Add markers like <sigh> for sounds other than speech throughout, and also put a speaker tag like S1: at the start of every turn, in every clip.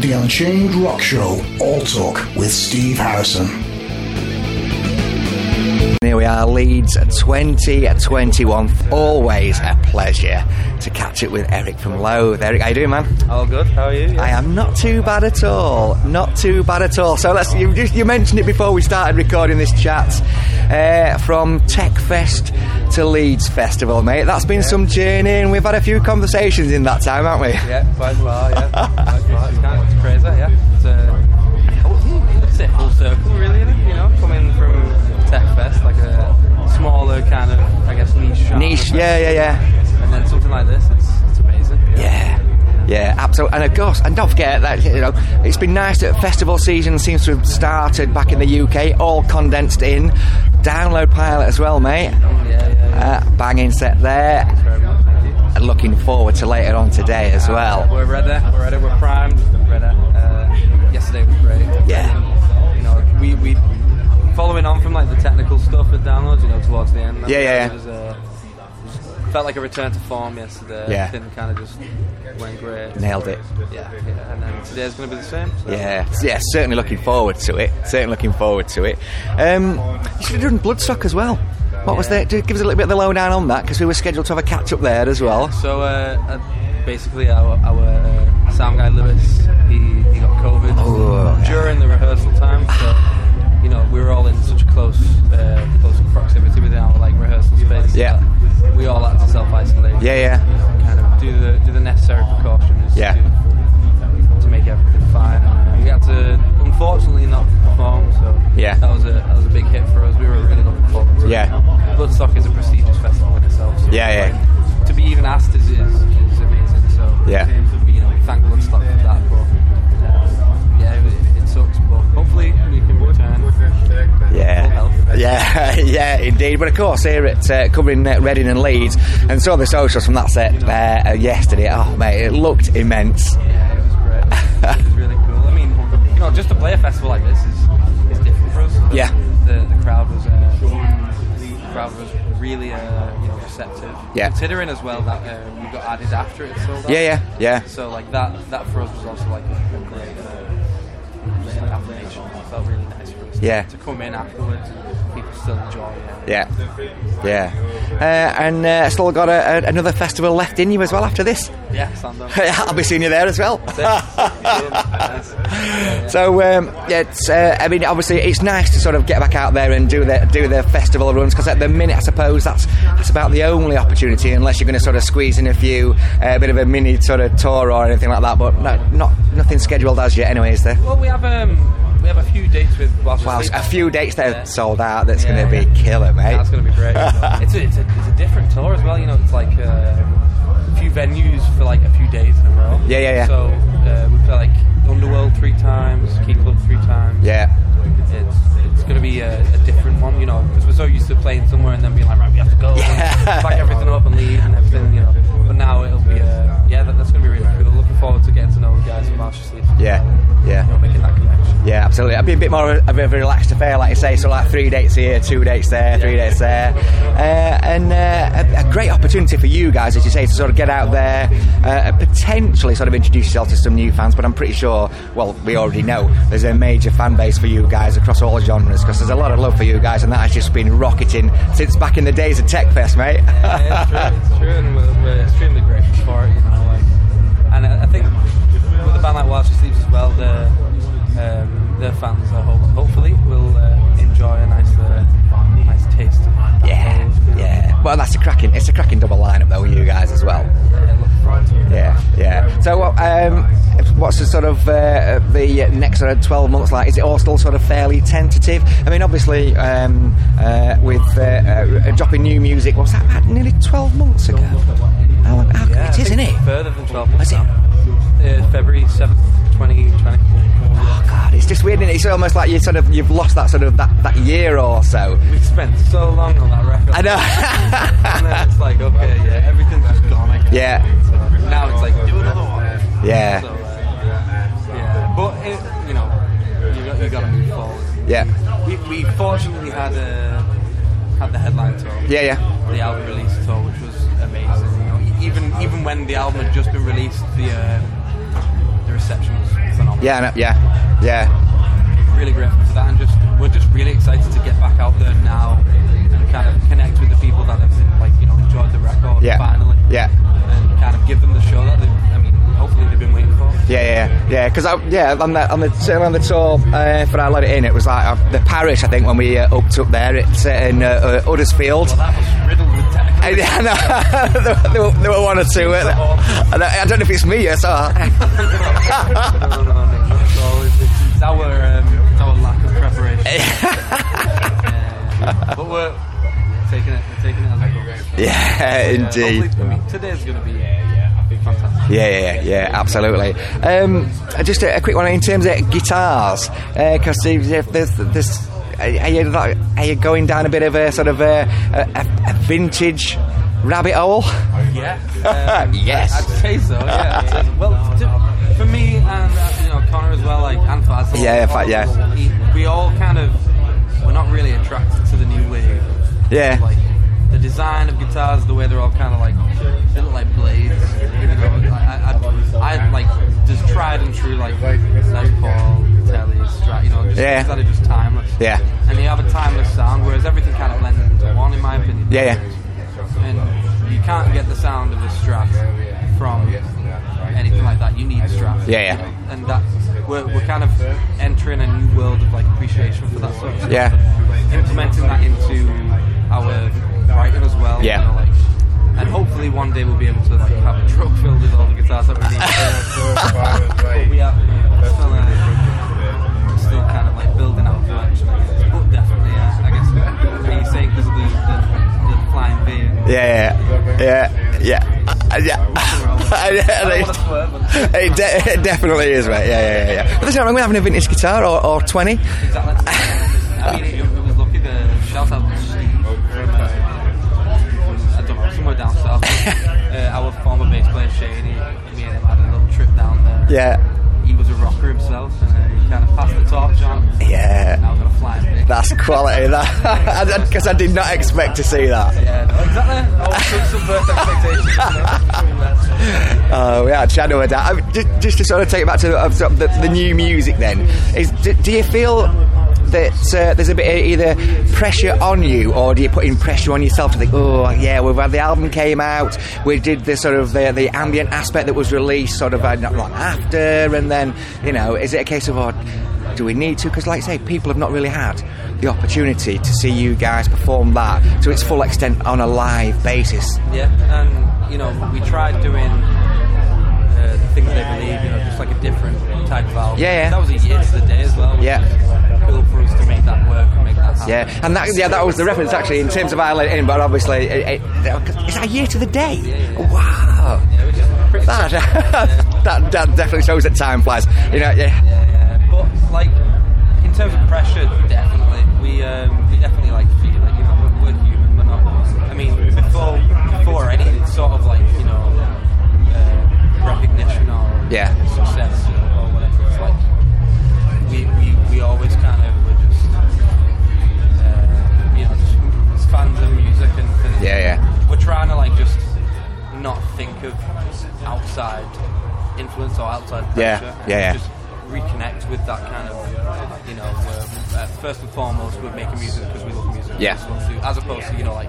S1: Unchained Rock Show All Talk with Steve Harrison.
S2: Here we are, Leeds at 20, at 21. Always a pleasure to catch up with Eric from Loathe. Eric, how you doing, man?
S3: All good. How are you?
S2: I am not too bad at all. Not too bad at all. So let's. You, just, you mentioned it before we started recording this chat. Uh, from Tech Fest to Leeds Festival, mate. That's been some journey, and we've had a few conversations in that time, haven't we?
S3: Yeah, quite a while.
S2: <laughs>
S3: Yeah, quite a while. It's kind of it's crazy. Yeah, it's a it's a full circle, really. Isn't it? You know, coming from Tech Fest, like a smaller kind of, I guess, niche. genre
S2: Niche.
S3: fest,
S2: Yeah, yeah, yeah.
S3: And then something like this, it's, it's amazing.
S2: Yeah, yeah, absolutely. And of course, and don't forget that you know it's been nice that festival season seems to have started back in the UK, all condensed in. Download pilot as well, mate.
S3: Yeah, yeah, yeah.
S2: Uh, banging set there.
S3: Very much, thank you.
S2: And looking forward to later on today as well.
S3: We're ready. We're ready. We're primed. Ready. Uh, yesterday was great.
S2: Yeah.
S3: You know, we, we following on from like the technical stuff with downloads. You know, towards the end.
S2: Yeah, yeah, yeah.
S3: It was, uh, felt like a return to form yesterday.
S2: Yeah.
S3: Everything kind of just went great.
S2: Nailed it.
S3: Yeah. yeah. And then today's going to be the same. So.
S2: Yeah, yeah, certainly looking forward to it. Certainly looking forward to it. Um, you should have done Bloodstock as well. What was
S3: Yeah.
S2: that? Give us a little bit of the lowdown on that because we were scheduled to have a catch up there as well.
S3: So uh, uh, basically, our, our uh, sound guy Lewis, he, he got COVID
S2: Oh, yeah.
S3: during the rehearsal time. So you know, we were all in such close uh, close proximity within our like rehearsal space.
S2: Yeah.
S3: that We all had to self isolate.
S2: Yeah, yeah.
S3: You know, kind of do the do the necessary precautions.
S2: Oh. Yeah.
S3: To, to make everything fine. And we had to unfortunately not perform. So
S2: Yeah.
S3: that was a that was a big hit for us. We were really looking forward to
S2: Yeah.
S3: it. Bloodstock is a prestigious festival in itself. So
S2: Yeah, yeah.
S3: like, to be even asked is, is, is amazing. So
S2: Yeah.
S3: you know, thank Bloodstock for that. But um, yeah, it, it sucks. But hopefully we can return. Full
S2: Yeah,
S3: health.
S2: yeah, <laughs> yeah, indeed. But of course, here at uh, covering uh, Reading and Leeds, and saw the socials from that set there uh, yesterday. Oh mate, it looked immense.
S3: Yeah, it was great. it was really cool. I mean, you know, just to play a festival like this is, is different for us. The,
S2: Yeah.
S3: The, the crowd was. Uh, the crowd was really uh, you know receptive.
S2: Yeah.
S3: Considering as well that uh, we got added after it sold out.
S2: Yeah, yeah, yeah,
S3: So like that that for us was also like a great uh, just, like, affirmation. It felt really nice for us.
S2: Yeah.
S3: To come in afterwards and people still enjoy it.
S2: yeah, yeah. Uh, and uh, still got a, a, another festival left in you as well after this. <laughs>
S3: Yeah, stand up. <laughs>
S2: I'll be seeing you there as well.
S3: That's it. Nice.
S2: So um, yeah, it's, uh, I mean, obviously, it's nice to sort of get back out there and do the do the festival runs because at the minute, I suppose that's that's about the only opportunity, unless you're going to sort of squeeze in a few uh, a bit of a mini sort of tour or anything like that. But no, not nothing scheduled as yet, anyway, is there?
S3: Well, we have um we have a few dates with whilst we're
S2: Well,
S3: sleeping.
S2: a few dates that
S3: Yeah.
S2: are sold out. That's
S3: Yeah,
S2: going to
S3: yeah.
S2: be killer, mate.
S3: That's going to
S2: <laughs>
S3: be great. it's, a, it's, a, it's a different tour as well. You know, it's like uh, a few venues for like a few days in a row.
S2: Yeah, yeah, yeah.
S3: So uh, we play like Underworld three times, Key Club three times.
S2: yeah,
S3: It's, it's going to be a, a different one, you know, because we're so used to playing somewhere and then being like, right, we have to
S2: <laughs>
S3: go,
S2: Yeah.
S3: and pack everything up and leave and everything, you know. But now it'll be, uh, yeah, that, that's going to be really cool. Looking forward to getting to know the guys from Master Sleep.
S2: Yeah, yeah.
S3: You know, making that connection.
S2: yeah, absolutely. I'd be a bit more of a relaxed affair, like you say. So like three dates here, two dates there, three dates there, uh, and uh, a, a great opportunity for you guys, as you say, to sort of get out there, uh, and potentially sort of introduce yourself to some new fans. But I'm pretty sure, well, we already know there's a major fan base for you guys across all genres because there's a lot of love for you guys, and that has just been rocketing since back in the days of Tech Fest, mate. <laughs>
S3: yeah, it's true, it's true, and we're, we're extremely grateful for it, you know. Like, and I I think with a band like While She Sleeps as well, their um, their fans, I hope, hopefully, will uh, enjoy a nice, uh, nice taste. Of that
S2: yeah,
S3: gold, you know.
S2: yeah. Well, that's a cracking. It's a cracking double lineup though, with you guys as well.
S3: Yeah, uh, look forward to it.
S2: Yeah, yeah. So, what, um, what's the sort of uh, the uh, next sort of twelve months like? Is it all still sort of fairly tentative? I mean, obviously, um, uh, with uh, uh, dropping new music, what's that? About nearly twelve months ago. How, long- how,
S3: Yeah, I
S2: it is, isn't
S3: think
S2: it?
S3: Further than 12 months.
S2: Is it?
S3: now. Uh, February 7th, 2020.
S2: Oh God, it's just weird, isn't it? It's almost like you sort of you've lost that sort of that, that year or so.
S3: We've spent so long on that record.
S2: I know. <laughs>
S3: and then it's like, okay, yeah, everything's just gone. I guess.
S2: yeah,
S3: So now it's like, do another one.
S2: Yeah.
S3: So, uh, yeah. But, it, you know, you got, you got to move forward.
S2: yeah,
S3: We, we fortunately had uh, had the headline tour.
S2: yeah, yeah,
S3: the album release tour, which was amazing. You know, even even when the album had just been released, the uh, the reception was phenomenal.
S2: Yeah, no, yeah, yeah,
S3: really grateful for that, and just we're just really excited to get back out there now and kind of connect with the people that have like you know enjoyed the record
S2: Yeah.
S3: finally,
S2: Yeah.
S3: and kind of give them the show that they, I mean, hopefully they've been waiting for.
S2: yeah, yeah, yeah. Because yeah, on the on the certainly on the tour uh, for I Let It In, it was like uh, the parish. I think when we uh, upped up there, it's uh, in uh, uh, Uddersfield.
S3: Well, that was riddled with
S2: <laughs>
S3: technical.
S2: And, yeah, no, <laughs> there, were- there were, there were one or two. weren't there? And I, I don't know if it's me. Yes, <laughs> uh,
S3: no, no, no, no, not at all. It's, it's, it's our um, it's our lack of
S2: <laughs>
S3: preparation. Uh, but we're taking it, we're taking it as it goes.
S2: yeah, indeed.
S3: Hopefully, I mean, today's going to be fantastic.
S2: Yeah, yeah, yeah, yeah, absolutely. Um, just a, a quick one in terms of guitars, uh, because if there's, there's, are you like, are you going down a bit of a sort of a, a, a vintage rabbit hole?
S3: Yeah. Um,
S2: Uh, Yes.
S3: I'd say so. Yeah. I'd say
S2: <laughs>
S3: so. Well, to, for me and uh, you know Connor as well, like and Fazl.
S2: Yeah, yeah,
S3: all-
S2: fa- yeah.
S3: he- We all kind of we're not really attracted to the new wave.
S2: Yeah.
S3: Like the design of guitars, the way they're all kind of like they look like blades. You know, I, I, I like just tried and true like Les Paul, Telly, Strat. You know, just
S2: Yeah.
S3: things that are just timeless.
S2: Yeah.
S3: And they have a timeless sound, whereas everything kind of blends into one, in my opinion
S2: Yeah, yeah,
S3: and you can't get the sound of a Strat from anything like that. You need Strat.
S2: Yeah, yeah.
S3: And that we're, we're kind of entering a new world of like appreciation for that sort of stuff.
S2: Yeah.
S3: Implementing that into our writing as well.
S2: Yeah.
S3: You know, like, and hopefully one day we'll be able to like have a truck filled with all the guitars that we need. but we are still, uh, still kind of like building our collection. I guess. But definitely, yeah, I guess when you say because of the, the, the flying vein.
S2: yeah, yeah, yeah, yeah. <laughs> Uh, yeah. <laughs> It, de- it definitely is, mate. Yeah, yeah, yeah. yeah. But there's nothing wrong with having a vintage guitar or, or 20.
S3: Exactly. I mean, it, it was lucky the shout out to Steve from, uh, I don't know, somewhere down south. uh, our former bass player Shady, me and him had a little trip down there.
S2: Yeah,
S3: He was a rocker himself, and uh, he kind of passed the torch on.
S2: yeah.
S3: Now we're gonna fly him.
S2: That's quality. That <laughs> because I did not expect to see that.
S3: Yeah, no, exactly. Oh, some, some birth expectations. you know.
S2: Oh, yeah, shadow of doubt. I mean, just, just to sort of take it back to uh, sort of the, the new music, then is do, do you feel that uh, there's a bit of either pressure on you, or do you put in pressure on yourself to think, oh yeah, we've had the album came out, we did the sort of the, the ambient aspect that was released sort of uh, not long after, and then you know, is it a case of oh, do we need to? Because like I say, people have not really had the opportunity to see you guys perform that to its full extent on a live basis.
S3: Yeah, and you know, we tried doing uh, the things they believe, you know, just like a different type of album.
S2: Yeah, yeah.
S3: That was a year to the day as well. which
S2: Yeah.
S3: was Cool for us to make that work and make that happen.
S2: Yeah, and that yeah that was the reference actually in terms of Ireland in, but obviously it, it, it's a year to the day. Wow,
S3: Yeah, which is pretty
S2: that, <laughs> that that definitely shows that time flies. You know, yeah,
S3: Yeah, but like in terms of pressure, definitely we um, we definitely like feel like you know we're, we're human. We're not. I mean, before before any sort of like you know uh, recognition or
S2: Yeah.
S3: success or whatever, it's like we, we, we always kind of were just uh, you know just as fans of music and, and
S2: Yeah, yeah.
S3: we're trying to like just not think of outside influence or outside
S2: Yeah,
S3: pressure.
S2: yeah, yeah.
S3: Just reconnect with that kind of, you know, uh, uh, first and foremost, we're making music because we love music.
S2: Yeah.
S3: We just want to, as opposed to, you know, like,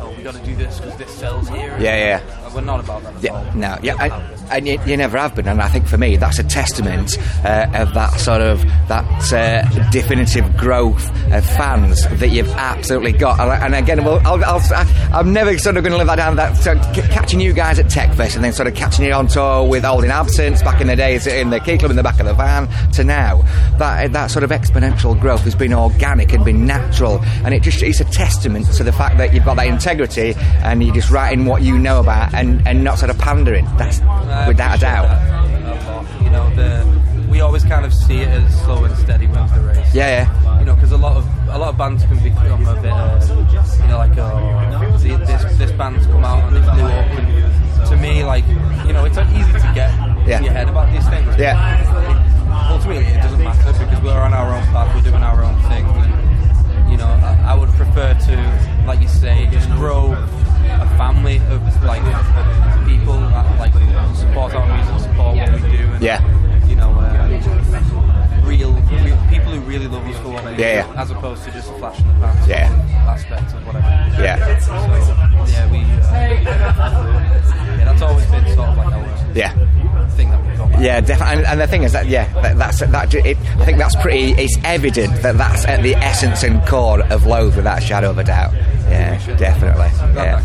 S3: oh, we got to do this because this sells here.
S2: Yeah, yeah.
S3: Uh, We're not about that. at all.
S2: yeah. No, yeah, and, and you, you never have been, and I think for me that's a testament uh, of that sort of that uh, definitive growth of fans that you've absolutely got. And, I- and again, well, I'll, I'll, I- I'm never sort of going to live that down. That so c- catching you guys at Techfest and then sort of catching you on tour with Old in Absence back in the days in the Key Club in the back of the van to now. That eh, that sort of exponential growth has been organic and been natural, and it just it's a testament to the fact that you've got that integrity and you're just writing what you know about and, and not sort of pandering. That's
S3: I
S2: without a
S3: appreciate
S2: doubt.
S3: that a lot. Uh, You know, the, we always kind of see it as slow and steady wins the race.
S2: Yeah, yeah.
S3: you know, because a lot of a lot of bands can become a bit, uh, you know, like oh, see, this this band's come out and it's new open. To me, like you know, it's not easy to get
S2: Yeah.
S3: in your head about these things.
S2: Yeah.
S3: It- ultimately, it doesn't matter because we're on our own path, we're doing our own thing. And, you know, I, I would prefer to, like you say, just grow a family of like people that like support our music, support what we do, and
S2: Yeah.
S3: you know, uh, for what I do,
S2: Yeah, yeah.
S3: as opposed to just a flash in the pan sort
S2: Yeah.
S3: of aspect of what I do.
S2: Yeah.
S3: So, yeah, we. Uh, yeah, that's always been sort of like our
S2: Yeah.
S3: thing that we've gone back
S2: Yeah, definitely. And, and the thing is that yeah, that, that's that. It, I think that's pretty. It's evident that that's at the essence and core of Loathe, without a shadow of a doubt. Yeah, definitely. Yeah.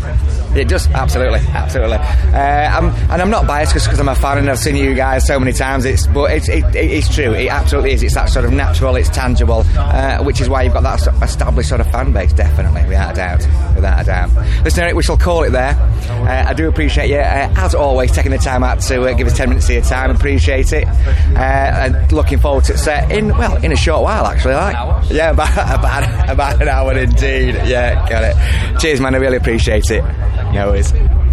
S2: It does absolutely, absolutely. Uh, I'm, and I'm not biased because I'm a fan and I've seen you guys so many times. It's but it's it, it, it's true. It absolutely is. It's that sort of natural. It's tangible, uh, which is why you've got that sort of established sort of fan base. Definitely, without a doubt, without a doubt. Listen, Eric, we shall call it there. Uh, I do appreciate you, uh, as always, taking the time out to uh, give us ten minutes of your time. Appreciate it. Uh, and looking forward to it set in well in a short while, actually. Like,
S3: hour?
S2: yeah, about, <laughs> about about an hour indeed. Yeah, got it. Cheers, man. I really appreciate it. No worries.